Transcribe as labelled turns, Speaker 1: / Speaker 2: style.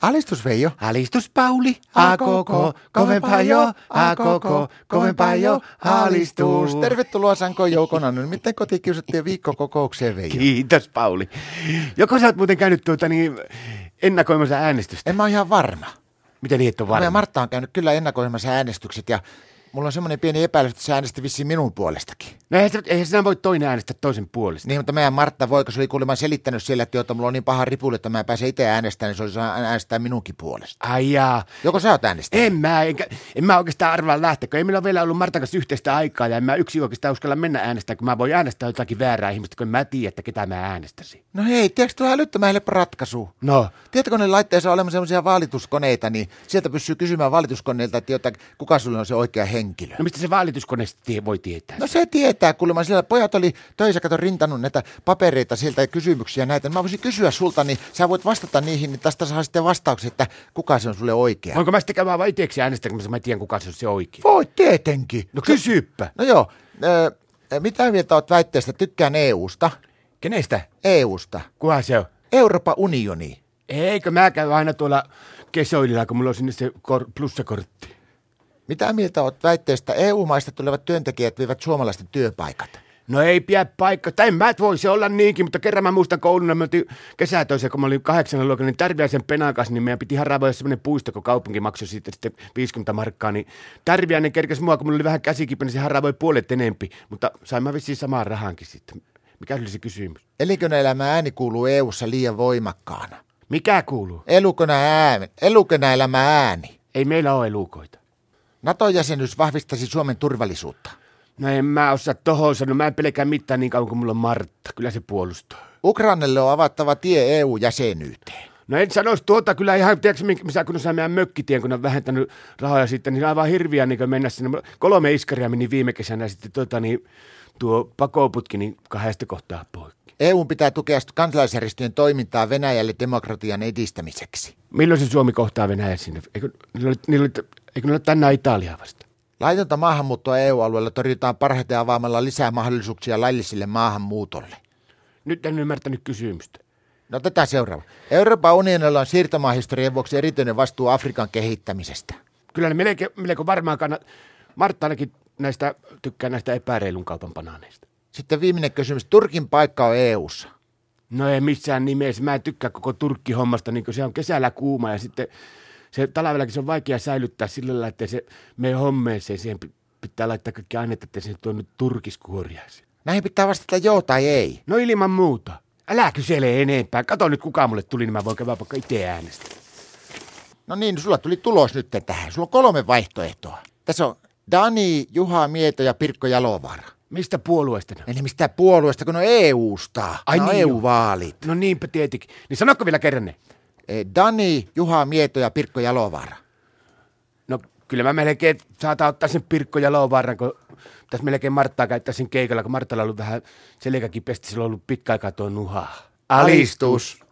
Speaker 1: Alistus Veijo.
Speaker 2: Alistus Pauli, a koko, kovempaa jo, a koko, kovempaa jo, alistus.
Speaker 1: Tervetuloa Sanko Joukona. No, miten kotikiusattiin viikkokokoukseen Veijo?
Speaker 2: Kiitos Pauli. Joko sä oot muuten käynyt tuota niin ennakoimassa äänestystä?
Speaker 1: En mä ole ihan varma.
Speaker 2: Miten niin, et ole
Speaker 1: Mä No ja
Speaker 2: varma?
Speaker 1: Martta on käynyt kyllä ennakoimassa äänestykset ja mulla on semmoinen pieni epäilys, että sä äänesti vissiin minun puolestakin.
Speaker 2: No eihän, sä- eihän sinä voi toinen äänestää toisen puolesta.
Speaker 1: Niin, mutta meidän Martta voi, kun se oli kuulemma selittänyt siellä, että jota mulla on niin paha ripuli, että mä en pääse itse äänestämään, niin se olisi saanut äänestää minunkin puolesta.
Speaker 2: Ai jaa.
Speaker 1: Joko sä oot äänestänyt?
Speaker 2: En mä, enkä, en mä oikeastaan arvaa lähteekö. Ei meillä ole vielä ollut Martan kanssa yhteistä aikaa ja en mä yksin oikeastaan uskalla mennä äänestää, kun mä voin äänestää jotakin väärää ihmistä, kun en mä tiedä, että ketä mä äänestäisin.
Speaker 1: No hei, tiedätkö tuo älyttömän helppo ratkaisu?
Speaker 2: No,
Speaker 1: Tiedätkö, ne laitteessa on olemassa sellaisia valituskoneita, niin sieltä pystyy kysymään valituskoneelta, että jota, kuka sulle on se oikea henkilö.
Speaker 2: no mistä se valituskone sitten tie- voi tietää?
Speaker 1: No se tietää, kuulemma siellä pojat oli töissä, kato rintannut näitä papereita sieltä ja kysymyksiä näitä. Mä voisin kysyä sulta, niin sä voit vastata niihin, niin tästä saa sitten vastauksia, että kuka se on sulle oikea.
Speaker 2: Voinko mä sitten käymään vaan itseksi äänestää, kun mä tiedän, kuka se on se oikein?
Speaker 1: Voi tietenkin.
Speaker 2: No kysyppä.
Speaker 1: No joo, öö, mitä mieltä oot väitteestä? Tykkään E EUsta.
Speaker 2: Kenestä?
Speaker 1: EUsta.
Speaker 2: Kuka se on?
Speaker 1: Euroopan unioni.
Speaker 2: Eikö mä käy aina tuolla kesoililla, kun mulla on sinne se kor- plussakortti?
Speaker 1: Mitä mieltä oot väitteestä? EU-maista tulevat työntekijät vievät suomalaisten työpaikat.
Speaker 2: No ei pidä paikka. Tai en mä voi se olla niinkin, mutta kerran mä muistan kouluna, me oltiin kesätöissä, kun mä olin kahdeksan luokan, niin Tärviäisen penakas, niin meidän piti haravoida semmoinen puisto, kun kaupunki maksoi siitä sitten 50 markkaa, niin Tärviäinen kerkesi mua, kun mulla oli vähän käsikipä, niin se haravoi puolet enempi, mutta sain mä vissiin samaan rahankin sitten. Mikä oli se kysymys?
Speaker 1: Elinkeinoelämän ääni kuuluu EUssa liian voimakkaana.
Speaker 2: Mikä kuuluu?
Speaker 1: Elukona ääni, elinkeinoelämän ääni.
Speaker 2: Ei meillä ole elukoita.
Speaker 1: NATO-jäsenyys vahvistaisi Suomen turvallisuutta.
Speaker 2: No en mä osaa tohon sanoa. Mä en pelkää mitään niin kauan kuin mulla on Martta. Kyllä se puolustaa.
Speaker 1: Ukrainalle on avattava tie E EU-jäsenyyteen.
Speaker 2: No en sanoisi tuota kyllä ihan, tiedätkö minkä- missä kun on meidän mökkitien, kun on vähentänyt rahoja sitten, niin aivan hirviä niin mennä sinne. Mulla Kolme iskaria meni viime kesänä ja sitten tuota, niin, tuo pakoputki niin kahdesta kohtaa poikki.
Speaker 1: EU E pitää tukea kansalaisjärjestöjen toimintaa Venäjälle demokratian edistämiseksi.
Speaker 2: Milloin se Suomi kohtaa Venäjä sinne? Eikö niillä oli, niillä oli, eikö niillä ole tänään Italia vasta?
Speaker 1: Laitonta maahanmuuttoa EU-alueella torjutaan parhaiten avaamalla lisää mahdollisuuksia lailliselle maahanmuutolle.
Speaker 2: Nyt en ymmärtänyt kysymystä.
Speaker 1: No tätä seuraava. Euroopan unionilla on siirtomaahistorian vuoksi erityinen vastuu Afrikan kehittämisestä.
Speaker 2: Kyllä ne melkein, melkein varmaan kannat. Martta ainakin näistä, tykkää näistä epäreilun kaupan banaaneista.
Speaker 1: Sitten viimeinen kysymys. Turkin paikka on E EU:ssa.
Speaker 2: No ei missään nimessä. Mä en tykkää koko turkkihommasta, niin kun se on kesällä kuuma ja sitten se talvellakin se on vaikea säilyttää sillä lailla, että se mene hommeeseen. Siihen pi- pitää laittaa kaikki aineet, että se tuonne turkiskuoriaisi.
Speaker 1: Näihin pitää vastata joo tai ei.
Speaker 2: No ilman muuta. Älä kysele enempää. Kato nyt kuka mulle tuli, niin mä voin käydä vaikka itse äänestää.
Speaker 1: No niin, sulla tuli tulos nyt tähän. Sulla on kolme vaihtoehtoa. Tässä on Dani, Juha Mieto ja Pirkko Jalovaara.
Speaker 2: Mistä puolueesta ne on?
Speaker 1: Ei ne mistään puolueesta, kun ne on EU-sta.
Speaker 2: Ai
Speaker 1: ne on E
Speaker 2: niin joo.
Speaker 1: EU-vaalit.
Speaker 2: No niinpä tietenkin. Niin sanokko vielä kerran ne?
Speaker 1: Eh, Dani, Juha Mieto ja Pirkko Jalovaara.
Speaker 2: No kyllä mä melkein saatan ottaa sen Pirkko ja Lovarran, kun tässä melkein Marttaa käyttää sen keikalla, kun Marttalla on ollut vähän selkäkipeästi, sillä on ollut pitkä aikaa tuo nuha.
Speaker 1: Alistus.